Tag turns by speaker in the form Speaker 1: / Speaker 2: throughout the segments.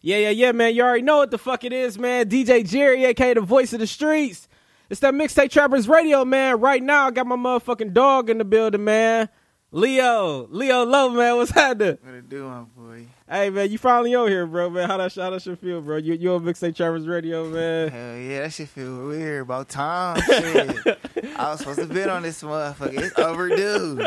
Speaker 1: Yeah, yeah, yeah, man. You already know what the fuck it is, man. DJ Jerry, aka the voice of the streets. It's that mixtape trappers radio, man. Right now, I got my motherfucking dog in the building, man. Leo, Leo Love, man. What's happening?
Speaker 2: What it do, my boy?
Speaker 1: Hey, man, you finally on here, bro, man. How that, how that should feel, bro? You you on mixtape trappers radio, man?
Speaker 2: Hell yeah, that shit feel weird. About time, shit. I was supposed to bid on this motherfucker. It's overdue.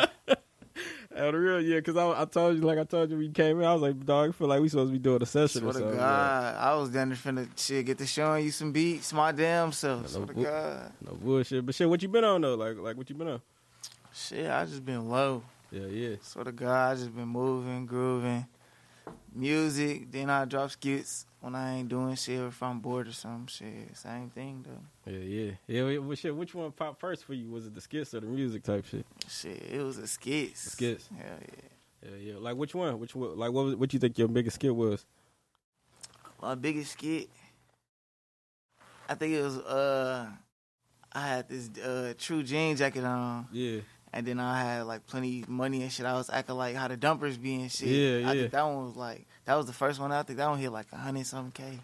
Speaker 1: Oh, the real, yeah. Cause I, I told you, like I told you, when you came in, I was like, dog, I feel like we supposed to be doing a session
Speaker 2: Swear
Speaker 1: or
Speaker 2: to
Speaker 1: something. man.
Speaker 2: God, I was down there finna shit get to showing you some beats, my damn self. Swear to
Speaker 1: Hello.
Speaker 2: God,
Speaker 1: No bullshit, but shit, what you been on though? Like, like what you been on?
Speaker 2: shit, I just been low.
Speaker 1: Yeah, yeah.
Speaker 2: Swear to God, I just been moving, grooving, music. Then I drop skits when I ain't doing shit or if I'm bored or some shit. Same thing though.
Speaker 1: Yeah, yeah, yeah. we- we- shit, which one popped first for you? Was it the skits or the music type shit?
Speaker 2: Shit, it was a skits.
Speaker 1: Skits.
Speaker 2: Hell yeah.
Speaker 1: Yeah, yeah. Like which one? Which one? Like what? Was, what you think your biggest skit was?
Speaker 2: My biggest skit, I think it was uh, I had this uh true jean jacket on,
Speaker 1: Yeah,
Speaker 2: and then I had like plenty of money and shit. I was acting like how the dumpers be and shit.
Speaker 1: Yeah,
Speaker 2: I
Speaker 1: yeah.
Speaker 2: think that one was like that was the first one. I think that one hit like a hundred something k.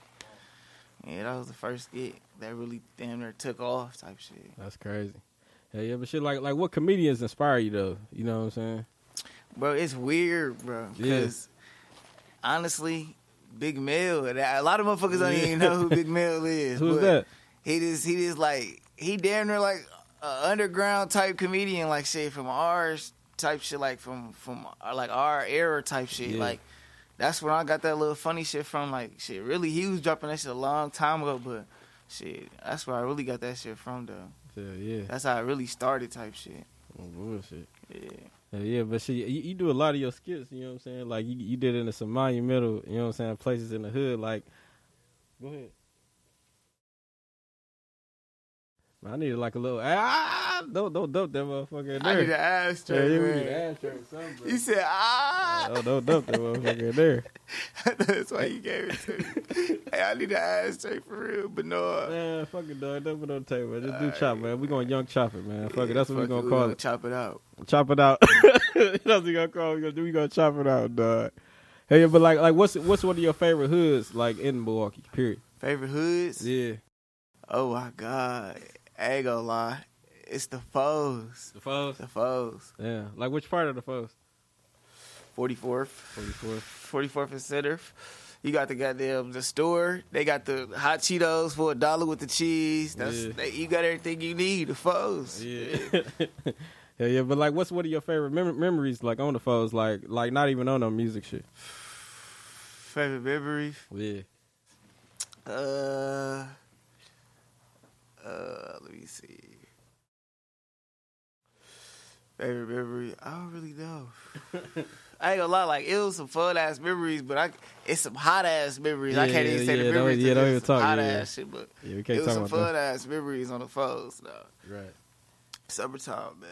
Speaker 2: Yeah, that was the first skit that really damn near took off type shit.
Speaker 1: that's crazy. Yeah, yeah. But shit, like, like what comedians inspire you though? You know what I'm saying?
Speaker 2: Bro, it's weird, bro.
Speaker 1: Yeah.
Speaker 2: Because honestly, Big Mel, that- a lot of motherfuckers don't
Speaker 1: Yeah.
Speaker 2: even know who Big Mel is.
Speaker 1: Who's
Speaker 2: but
Speaker 1: that?
Speaker 2: He just he just like he damn near like a underground type comedian, like shit from ours type shit, like from from uh, like our era type shit,
Speaker 1: Yeah.
Speaker 2: like. That's where I got that little funny shit from. Like, shit, really, he was dropping that shit a long time ago, but shit, that's where I really got that shit from, though.
Speaker 1: Yeah, yeah.
Speaker 2: That's how I really started, type shit.
Speaker 1: Oh, bullshit.
Speaker 2: Yeah.
Speaker 1: Yeah, yeah, but shit, you, you do a lot of your skits. You know what I'm saying? Like you, you did it in some monumental. You know what I'm saying? Places in the hood, like. Go ahead. Man, I needed like a little ah don't don't dump that motherfucker in there.
Speaker 2: I need an ashtray,
Speaker 1: yeah, yeah, we
Speaker 2: man.
Speaker 1: need an ashtray or something, bro.
Speaker 2: You said, ah.
Speaker 1: Oh, don't dump that motherfucker in there.
Speaker 2: That's why you gave it to me. hey, I need an ashtray for real, but no. uh,
Speaker 1: Man, fuck it, dog. Dump it on the table. man. Just do chop, man. We gonna young chop it, man. Fuck it. That's what we
Speaker 2: Fuck
Speaker 1: gonna
Speaker 2: we
Speaker 1: call it.
Speaker 2: Chop it out.
Speaker 1: Chop it out. That's what we gonna call. It. We gonna do. We gonna chop it out, dog. Hey, but like, like, what's what's one of your favorite hoods like in Milwaukee? Period.
Speaker 2: Favorite hoods?
Speaker 1: Yeah,
Speaker 2: Oh my God. I ain't gonna lie. It's the foes.
Speaker 1: the foes.
Speaker 2: The foes.
Speaker 1: Yeah, like which part of the foes?
Speaker 2: 44th.
Speaker 1: Forty four.
Speaker 2: 44th and Center. You got the goddamn the store. They got the hot Cheetos for a dollar with the cheese. That's
Speaker 1: Yeah.
Speaker 2: they, you got everything you need. The foes.
Speaker 1: Yeah. yeah, yeah. But like, what's one of your favorite mem- memories like on the foes? Like, like not even on no music shit.
Speaker 2: Favorite memory.
Speaker 1: Yeah.
Speaker 2: Uh, uh, let me see. Favorite memory? I don't really know. I ain't gonna lie, like it was some fun ass memories, but I it's some hot ass memories. I can't
Speaker 1: Yeah,
Speaker 2: even say
Speaker 1: yeah,
Speaker 2: the
Speaker 1: don't-
Speaker 2: memories.
Speaker 1: yeah,
Speaker 2: 'cause
Speaker 1: don't
Speaker 2: it's
Speaker 1: even
Speaker 2: some
Speaker 1: talk,
Speaker 2: Hot
Speaker 1: yeah,
Speaker 2: ass shit, but
Speaker 1: Yeah, we
Speaker 2: it
Speaker 1: can't
Speaker 2: was
Speaker 1: talk
Speaker 2: some
Speaker 1: about
Speaker 2: fun
Speaker 1: that.
Speaker 2: ass memories on the phones. though.
Speaker 1: Right.
Speaker 2: Summertime, man.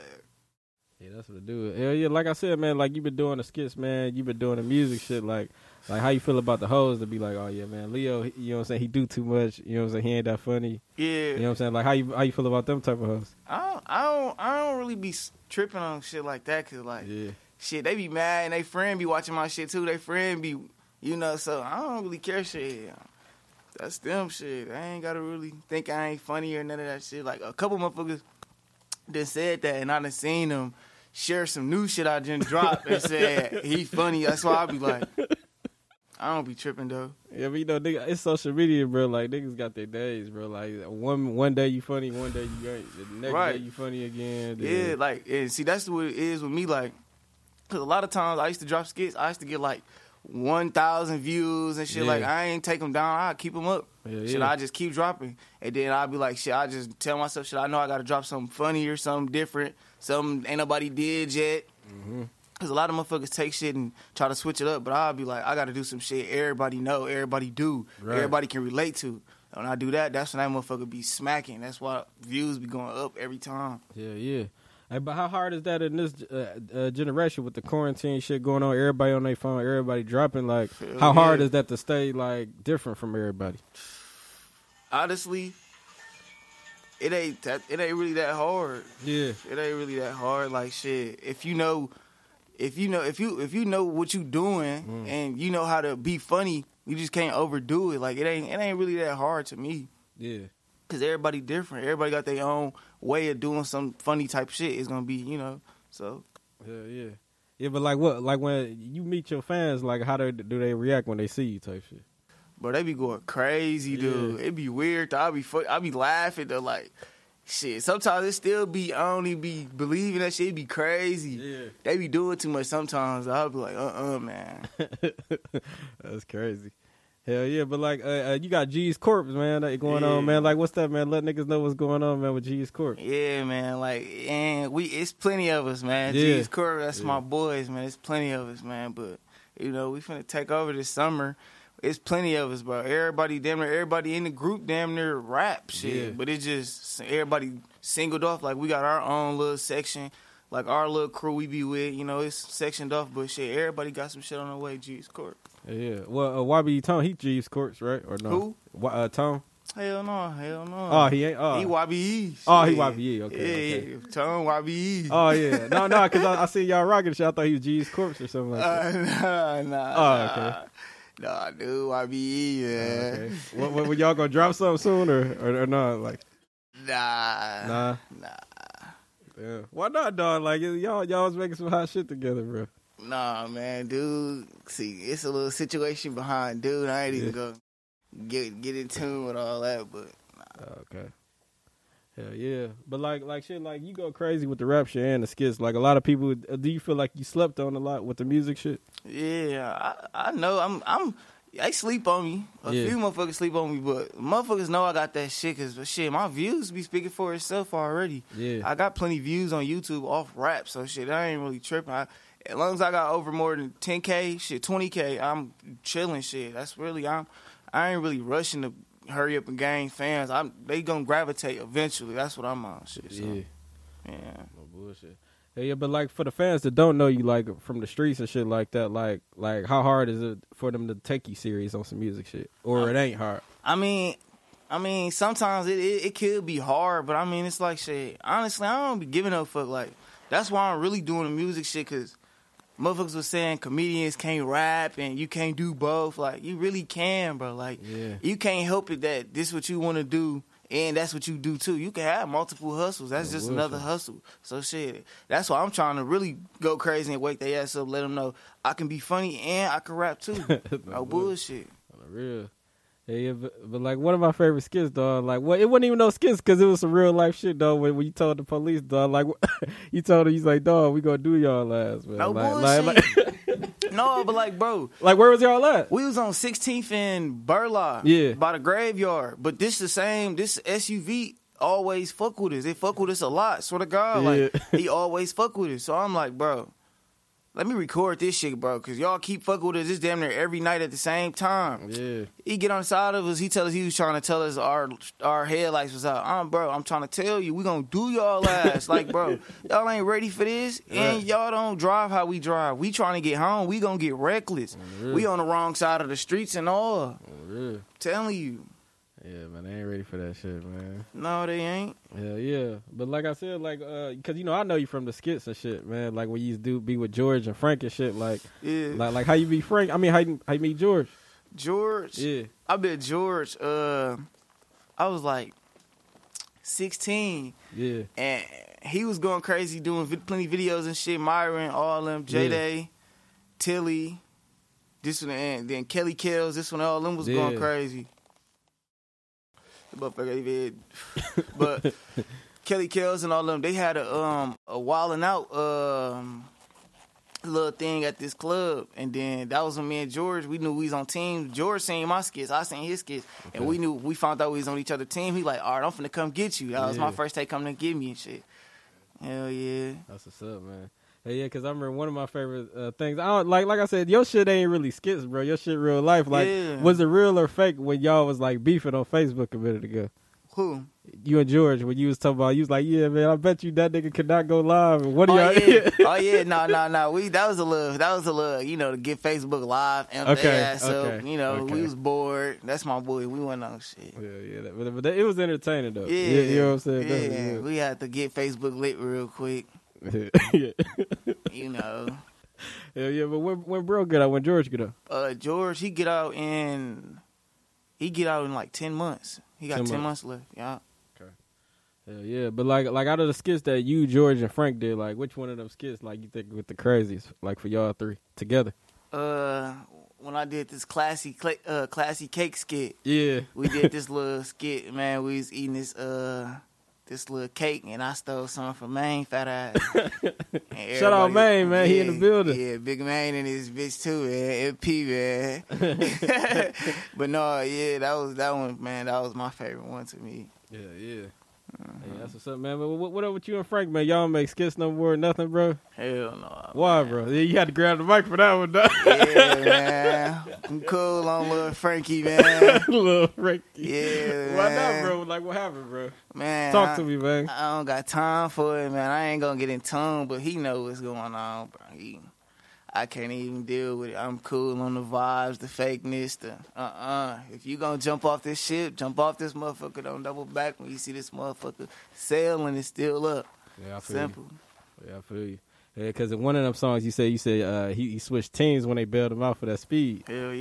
Speaker 1: Yeah, that's what it do. Hell yeah, like I said, man, like you been doing the skits, man. You been doing the music shit, like, like how you feel about the hoes to be like, oh yeah, man, Leo, he- you know what I'm saying? He do too much. You know what I'm saying? He ain't that funny.
Speaker 2: Yeah,
Speaker 1: You know what I'm saying? Like how you how you feel about them type of hoes?
Speaker 2: I don't, I don't, I don't really be s- tripping on shit like that, cause like.
Speaker 1: Yeah,
Speaker 2: shit, they be mad and they friend be watching my shit too. They friend be, you know, so I don't really care shit. That's them shit. I ain't gotta really think I ain't funny or none of that shit. Like a couple motherfuckers done said that and I done seen them share some new shit I didn't drop and said he funny. That's why I be like, I don't be tripping though.
Speaker 1: yeah, but you know, nigga, it's social media, bro. Like niggas got their days, bro. Like one one day you funny, one day you ain't. The next
Speaker 2: Right.
Speaker 1: day you funny again.
Speaker 2: Yeah,
Speaker 1: then-
Speaker 2: like and see that's what it is with me. Like, 'cause a lot of times I used to drop skits, I used to get like one thousand views and shit.
Speaker 1: Yeah.
Speaker 2: Like I ain't take them down, I keep them up.
Speaker 1: Yeah,
Speaker 2: shit,
Speaker 1: yeah.
Speaker 2: I just keep dropping, and then I'll be like, shit, I just tell myself, shit, I know I got to drop something funny or something different, something ain't nobody did yet.
Speaker 1: Mm-hmm.
Speaker 2: Cause a lot of motherfuckers take shit and try to switch it up, but I'll be like, I gotta do some shit everybody know, everybody do,
Speaker 1: Right.
Speaker 2: everybody can relate to. When I do that, that's when that motherfucker be smacking. That's why views be going up every time.
Speaker 1: Yeah, yeah. Hey, but how hard is that in this uh, uh, generation with the quarantine shit going on? Everybody on their phone, everybody dropping. Like,
Speaker 2: Hell
Speaker 1: how hard
Speaker 2: yeah.
Speaker 1: is that to stay like different from everybody?
Speaker 2: honestly, it ain't that it ain't really that hard.
Speaker 1: Yeah,
Speaker 2: It ain't really that hard. Like shit, if you know, if you know, if you if you know what you doing and you know how to be funny, You just can't overdo it. Like it ain't it ain't really that hard to me.
Speaker 1: Yeah.
Speaker 2: Cause everybody different. Everybody got their own way of doing some funny type shit. It's gonna be, you know. So
Speaker 1: Yeah, yeah. Yeah, but like what? Like when you meet your fans, like how do do they react when they see you type shit?
Speaker 2: Bro, they be going crazy, dude. It be weird. though. I be fuck, I be laughing though, like shit. Sometimes it still be I only be believing that shit be crazy.
Speaker 1: Yeah.
Speaker 2: They be doing too much sometimes. I'll be like, uh uh man.
Speaker 1: That's crazy. Hell yeah, but like uh, uh, you got G's Corps, man, that going
Speaker 2: Yeah.
Speaker 1: on, man. Like what's that, man? Let niggas know what's going on, man, with G's Corps.
Speaker 2: yeah, man. Like and we it's plenty of us, man.
Speaker 1: Yeah.
Speaker 2: Jeez Corey, that's
Speaker 1: Yeah.
Speaker 2: my boys, man. It's plenty of us, man. But you know, we finna take over this summer. It's plenty of us, bro. Everybody damn near everybody in the group damn near rap shit.
Speaker 1: Yeah.
Speaker 2: But it just everybody singled off. Like we got our own little section. Like our little crew we be with, you know, it's sectioned off, but shit, everybody got some shit on the way, Jeez Corp.
Speaker 1: Yeah, yeah. Well, uh, YB Tom, he G's Corps, right? Or no?
Speaker 2: Who?
Speaker 1: Wha- uh, Tom?
Speaker 2: Hell no, hell no.
Speaker 1: Oh, he ain't. Oh,
Speaker 2: He YBE.
Speaker 1: Oh, he
Speaker 2: shit.
Speaker 1: YBE, okay,
Speaker 2: Yeah,
Speaker 1: okay.
Speaker 2: yeah. Tone YBE.
Speaker 1: oh yeah. No, no, because I, I seen y'all rocking shit. I thought he was G's Corps or something like that.
Speaker 2: Uh, nah, nah.
Speaker 1: Oh, okay. Oh,
Speaker 2: Nah, nah dude, YBE, man.
Speaker 1: Okay. What, what, were y'all gonna drop something soon or or, or not? Like
Speaker 2: Nah.
Speaker 1: nah.
Speaker 2: Nah.
Speaker 1: Yeah. Why not, dog? Like y'all, y'all was making some hot shit together, bro.
Speaker 2: Nah, man, dude. See, it's a little situation behind, dude. I ain't
Speaker 1: Yeah.
Speaker 2: even gonna get get in tune with all that, but
Speaker 1: Uh, Okay. Hell yeah. But like like shit, like you go crazy with the rap shit and the skits. Like a lot of people uh, do you feel like you slept on a lot with the music shit?
Speaker 2: yeah, I, I know. I'm I'm. They sleep on me. A
Speaker 1: Yeah.
Speaker 2: few motherfuckers sleep on me, but motherfuckers know I got that shit. Cause shit, my views be speaking for itself already.
Speaker 1: Yeah.
Speaker 2: I got plenty of views on YouTube off rap, so shit, I ain't really tripping. I, as long as I got over more than 10k, shit, 20k, I'm chilling. Shit, that's really I'm. I ain't really rushing to hurry up and gain fans. I'm they gonna gravitate eventually. That's what I'm on. Shit, so, yeah.
Speaker 1: No bullshit. Hell yeah, but like for the fans that don't know you like from the streets and shit like that, like like how hard is it for them to take you serious on some music shit? Or it ain't hard.
Speaker 2: I mean, I mean, sometimes it, it it could be hard, but I mean, it's like shit. Honestly, I don't be giving no fuck. Like that's why I'm really doing the music shit, cause motherfuckers was saying comedians can't rap and you can't do both. Like you really can, bro. Like
Speaker 1: Yeah.
Speaker 2: you can't help it that this what you want to do. And that's what you do too. You can have multiple hustles. That's
Speaker 1: Yeah,
Speaker 2: just
Speaker 1: real
Speaker 2: another
Speaker 1: shit.
Speaker 2: hustle. So shit, that's why I'm trying to really go crazy and wake their ass up. Let them know I can be funny and I can rap too.
Speaker 1: No
Speaker 2: no bullshit.
Speaker 1: On the real. Yeah, yeah, but, but like one of my favorite skits, dog. Like, well, it wasn't even no skits because it was some real life shit, dog. When, when you told the police, dog, like, you told him, he's like, dog, we gonna do y'all ass, man.
Speaker 2: No
Speaker 1: like,
Speaker 2: bullshit.
Speaker 1: Like, like,
Speaker 2: no, but like, bro,
Speaker 1: like, where was y'all at?
Speaker 2: we was on 16th and Burla,
Speaker 1: Yeah.
Speaker 2: by the graveyard. But this the same. This SUV always fuck with us. It fuck with us a lot. Swear to God, like
Speaker 1: Yeah.
Speaker 2: he always fuck with us. So I'm like, bro, let me record this shit, bro, because y'all keep fucking with us. This damn near every night at the same time.
Speaker 1: Yeah,
Speaker 2: He get on the side of us. He tell us he was trying to tell us our our headlights was out. I'm bro. I'm trying to tell you, we gonna do y'all ass. like bro, y'all ain't ready for this, and
Speaker 1: Right.
Speaker 2: y'all don't drive how we drive. We trying to get home. We gonna get reckless.
Speaker 1: real.
Speaker 2: We on the wrong side of the streets and all.
Speaker 1: on the real.
Speaker 2: Telling you,
Speaker 1: Yeah, man, they ain't ready for that shit, man.
Speaker 2: no, they ain't.
Speaker 1: Hell yeah, but like I said, like, uh, cause you know I know you from the skits and shit, man. Like when you used to do be with George and Frank and shit, like,
Speaker 2: Yeah,
Speaker 1: like, like how you meet Frank? I mean, how you, how you meet George?
Speaker 2: George.
Speaker 1: Yeah,
Speaker 2: I bet George. Uh, I was like sixteen.
Speaker 1: yeah,
Speaker 2: and he was going crazy doing vi- plenty videos and shit. Myron, all them, J Day, Tilly, this one, and then Kelly Kells. This one, all them was going
Speaker 1: Yeah.
Speaker 2: crazy. The motherfucker even had- but Kelly Kells and all them, they had a um a wildin' out um little thing at this club, and then that was when me and George. We knew we was on teams. George seen my skits, I seen his skits, and we knew we found out we was on each other team. He like, all right, I'm finna come get you. That was
Speaker 1: Yeah.
Speaker 2: my first day coming to get me and shit. Hell yeah,
Speaker 1: That's what's up, man. Hey, yeah, because I remember one of my favorite uh, things. I don't, like, like I said, your shit ain't really skits, bro. Your shit real life. Like,
Speaker 2: Yeah.
Speaker 1: was it real or fake when y'all was like beefing on Facebook a minute ago?
Speaker 2: who?
Speaker 1: You and George, when you was talking about, you was like, "Yeah, man, I bet you that nigga could not go live." And what do
Speaker 2: Oh
Speaker 1: y'all?
Speaker 2: yeah, oh yeah, no, no, no. We that was a little, that was a little, you know, to get Facebook Live and
Speaker 1: Okay,
Speaker 2: yeah, so
Speaker 1: okay,
Speaker 2: you know,
Speaker 1: okay.
Speaker 2: we was bored. That's my boy. We went on shit.
Speaker 1: yeah, yeah, that- but, but that- it was entertaining though.
Speaker 2: Yeah,
Speaker 1: you, you know what I'm saying. That
Speaker 2: Yeah, we had to get Facebook lit real quick.
Speaker 1: was- yeah.
Speaker 2: You know,
Speaker 1: Hell yeah, but when when bro get out, when George get out,
Speaker 2: Uh, George, he get out in, he get out in like ten months. He got
Speaker 1: 10
Speaker 2: ten,
Speaker 1: months.
Speaker 2: months. left. Yeah.
Speaker 1: hell yeah. But like like out of the skits that you, George, and Frank did, like which one of them skits like you think with the craziest, like for y'all three together?
Speaker 2: Uh, when I did this classy, cla- uh, classy cake skit,
Speaker 1: Yeah,
Speaker 2: we did this little skit. Man, we was eating this uh. This little cake, and I stole some from Maine, fat ass. And
Speaker 1: Shout out
Speaker 2: everybody-
Speaker 1: Maine, man. He in the building.
Speaker 2: Yeah, big Maine and his bitch too, man. MP, man. but no, yeah, that was that one, man. That was my favorite one to me.
Speaker 1: yeah, yeah. Hey, that's what's up, man. But what, what up with you and Frank, man? Y'all don't make skits no more, nothing, bro.
Speaker 2: Hell no.
Speaker 1: Why, bro? Yeah, you had to grab the mic for that one, though.
Speaker 2: Yeah, man. I'm cool on little Frankie, man.
Speaker 1: Little Frankie.
Speaker 2: Yeah,
Speaker 1: Why not,
Speaker 2: man.
Speaker 1: bro? Like, what happened, bro?
Speaker 2: Man,
Speaker 1: Talk
Speaker 2: I,
Speaker 1: to me, man.
Speaker 2: I don't got time for it, man. I ain't gonna get in tune, but he know what's going on, bro. He, I can't even deal with it. I'm cool on the vibes, the fakeness, the uh-uh. If you gonna jump off this ship, jump off this motherfucker. Don't double back when you see this motherfucker sailing. It's still up.
Speaker 1: Yeah, I
Speaker 2: Simple.
Speaker 1: Yeah, I feel you. Yeah, because in one of them songs, you said you said uh, he, he switched teams when they bailed him out for that speed.
Speaker 2: Hell yeah.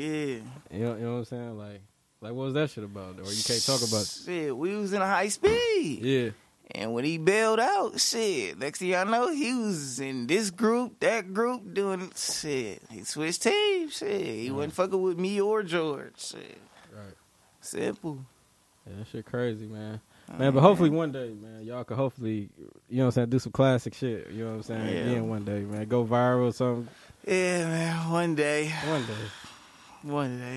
Speaker 1: You know, you know what I'm saying? Like, like what was that shit about? Or you can't talk about it.
Speaker 2: Shit, we was in a high speed.
Speaker 1: Yeah,
Speaker 2: And when he bailed out, shit, next thing y'all know, he was in this group, that group, doing shit. He switched teams, shit. He wasn't fucking with me or George, shit.
Speaker 1: right.
Speaker 2: Simple.
Speaker 1: Yeah, that shit crazy, man.
Speaker 2: Oh,
Speaker 1: Man, but hopefully one day, man, y'all could hopefully, you know what I'm saying, do some classic shit. You know what I'm saying?
Speaker 2: Yeah.
Speaker 1: Again, one day, man. Go viral or something.
Speaker 2: Yeah, man, one day,
Speaker 1: One day.
Speaker 2: one day.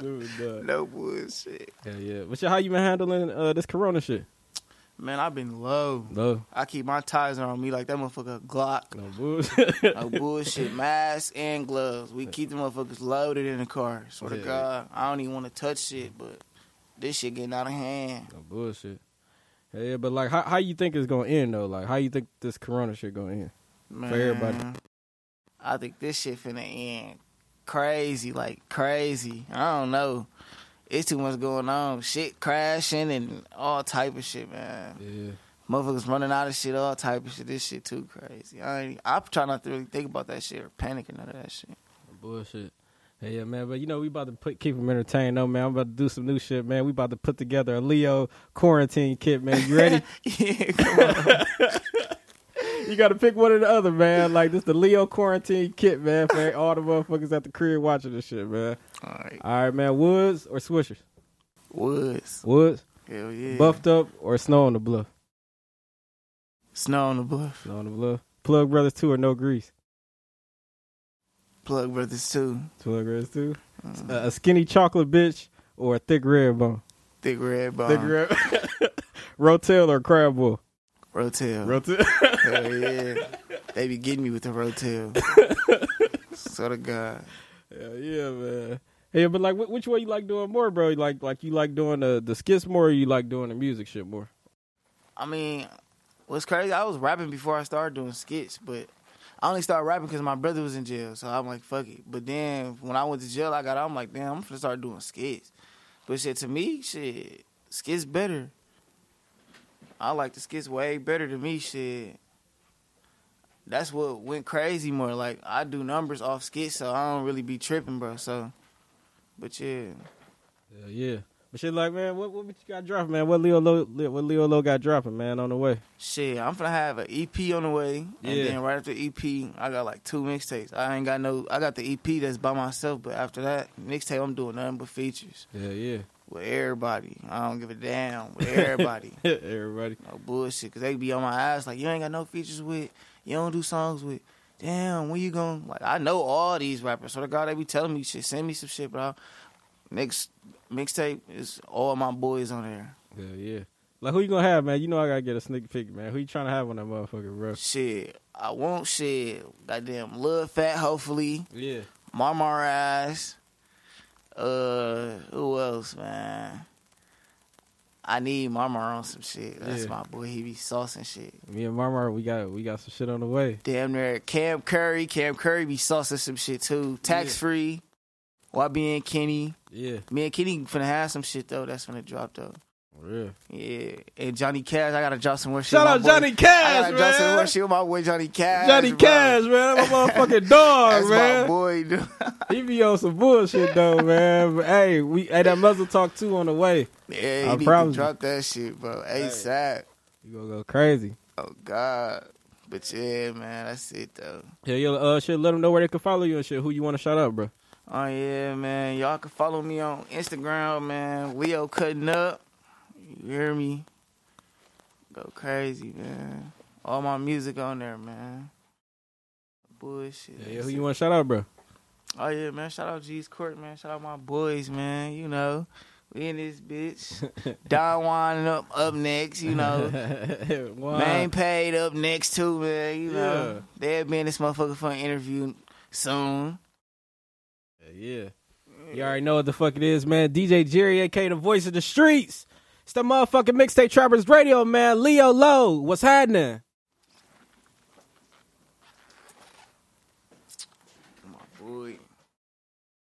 Speaker 1: Dude, duh.
Speaker 2: no bullshit.
Speaker 1: Yeah, yeah. But shit, how you been handling uh, this corona shit?
Speaker 2: Man, I've been low.
Speaker 1: No,
Speaker 2: I keep my ties on me like that motherfucker Glock.
Speaker 1: no bullshit.
Speaker 2: No bullshit. Mask and gloves. We keep the motherfuckers loaded in the car. Swear
Speaker 1: Yeah.
Speaker 2: to God. I don't even want to touch shit, but this shit getting out of hand.
Speaker 1: No bullshit. Hell yeah, but like, how how you think it's gonna end though? Like, how you think this Corona shit gonna end?
Speaker 2: Man,
Speaker 1: everybody.
Speaker 2: I think this shit finna end crazy, like crazy. I don't know. It's too much going on. Shit crashing and all type of shit, man.
Speaker 1: Yeah,
Speaker 2: Motherfuckers running out of shit, all type of shit. This shit too crazy. I ain't, I'm trying not to really think about that shit or panic or none of that shit.
Speaker 1: bullshit. Hey, yeah, man, but you know we about to put, keep them entertained though, man. I'm about to do some new shit, man. We about to put together a Leo quarantine kit, man. You ready?
Speaker 2: yeah, come on.
Speaker 1: you got to pick one or the other, man. Like this, the Leo quarantine kit, man, for all the motherfuckers at the crib watching this shit, man.
Speaker 2: All right.
Speaker 1: All right, man. Woods or swishers?
Speaker 2: Woods.
Speaker 1: Woods,
Speaker 2: Hell yeah.
Speaker 1: buffed up or snow on the bluff?
Speaker 2: Snow on the bluff.
Speaker 1: Snow on the bluff. Plug brothers two or no grease?
Speaker 2: Plug Brothers too.
Speaker 1: Plug brothers two.
Speaker 2: Mm.
Speaker 1: a skinny chocolate bitch or a thick red bone?
Speaker 2: Thick Red Bone.
Speaker 1: Thick red. Rotel or crab boil?
Speaker 2: Rotel.
Speaker 1: Rotel.
Speaker 2: Hell yeah. They be getting me with the rotel. Swear to God.
Speaker 1: Hell yeah, man. Hey, but like, wh- which way you like doing more, bro? You Like, like you like doing the the skits more, or you like doing the music shit more?
Speaker 2: I mean, what's crazy, I was rapping before I started doing skits, but I only started rapping because my brother was in jail. So I'm like, fuck it. But then when I went to jail, I got out. I'm like, damn, I'm finna start doing skits. But shit, to me, shit, skits better. I like the skits way better than me, shit. That's what went crazy more. Like, I do numbers off skits, so I don't really be tripping, bro. So, but yeah.
Speaker 1: Hell yeah. But shit, like, man, what what you got dropping, man? What Leo Lo, what Leo Lo got dropping, man, on the way?
Speaker 2: Shit, I'm gonna have an EP on the way, and
Speaker 1: Yeah.
Speaker 2: then right after EP, I got like two mixtapes. I ain't got no, I got the EP that's by myself, but after that mixtape, I'm doing nothing but features
Speaker 1: Yeah, yeah.
Speaker 2: with everybody. I don't give a damn with everybody.
Speaker 1: Everybody.
Speaker 2: no bullshit, cause they be on my ass like you ain't got no features with, you don't do songs with. Damn, when you going? Like I know all these rappers. So the God, they be telling me shit. Send me some shit, bro. Next mixtape is all my boys on there.
Speaker 1: Hell yeah. Like, who you gonna have, man? You know, I gotta get a sneak peek, man. Who you trying to have on that motherfucker, bro?
Speaker 2: Shit, I won't shit. Goddamn, Lil Fat, hopefully.
Speaker 1: Yeah.
Speaker 2: Mama Rise. Uh, who else, man? I need Mama on some shit. That's
Speaker 1: Yeah.
Speaker 2: my boy. He be saucing shit.
Speaker 1: Me and Marmar, we got we got some shit on the way.
Speaker 2: Damn near Cam Curry. Cam Curry be saucing some shit too. Tax
Speaker 1: Yeah.
Speaker 2: free. YB and Kenny.
Speaker 1: Yeah.
Speaker 2: Me and Kenny finna have some shit though. That's finna drop though.
Speaker 1: real.
Speaker 2: Yeah, and Johnny Cash, I gotta drop some more shit.
Speaker 1: Shout
Speaker 2: with my
Speaker 1: out
Speaker 2: boy.
Speaker 1: Johnny
Speaker 2: I
Speaker 1: Cash,
Speaker 2: gotta drop some
Speaker 1: man.
Speaker 2: more shit with my boy Johnny Cash.
Speaker 1: Johnny
Speaker 2: bro.
Speaker 1: Cash, man. That's my motherfucking dog,
Speaker 2: That's
Speaker 1: man.
Speaker 2: my boy. Dude.
Speaker 1: He be on some bullshit though, man. But, hey, we hey that muzzle talk too on the way.
Speaker 2: yeah,
Speaker 1: I
Speaker 2: he need to
Speaker 1: promise you.
Speaker 2: drop that shit, bro. ASAP.
Speaker 1: You gonna go crazy.
Speaker 2: Oh God. But yeah, man, that's it though.
Speaker 1: Yeah, yo, uh, shit. Let them know where they can follow you and shit. Who you want to shout out, bro?
Speaker 2: Oh yeah, man. Y'all can follow me on Instagram, man. Leo cutting up. You hear me? Go crazy, man. All my music on there, man. Bullshit.
Speaker 1: Yeah, who you want to shout out, bro?
Speaker 2: Oh yeah, man. Shout out G's Court, man. Shout out my boys, man. You know. We in this bitch. Don winding up up next, you know.
Speaker 1: Wow.
Speaker 2: Main paid up next too, man. You know.
Speaker 1: Yeah.
Speaker 2: They'll be in this motherfucker for an interview soon.
Speaker 1: Yeah. You already know what the fuck it is, man. DJ Jerry, aka the voice of the streets. It's the motherfucking mixtape trappers radio, man. Leo Low, what's happening?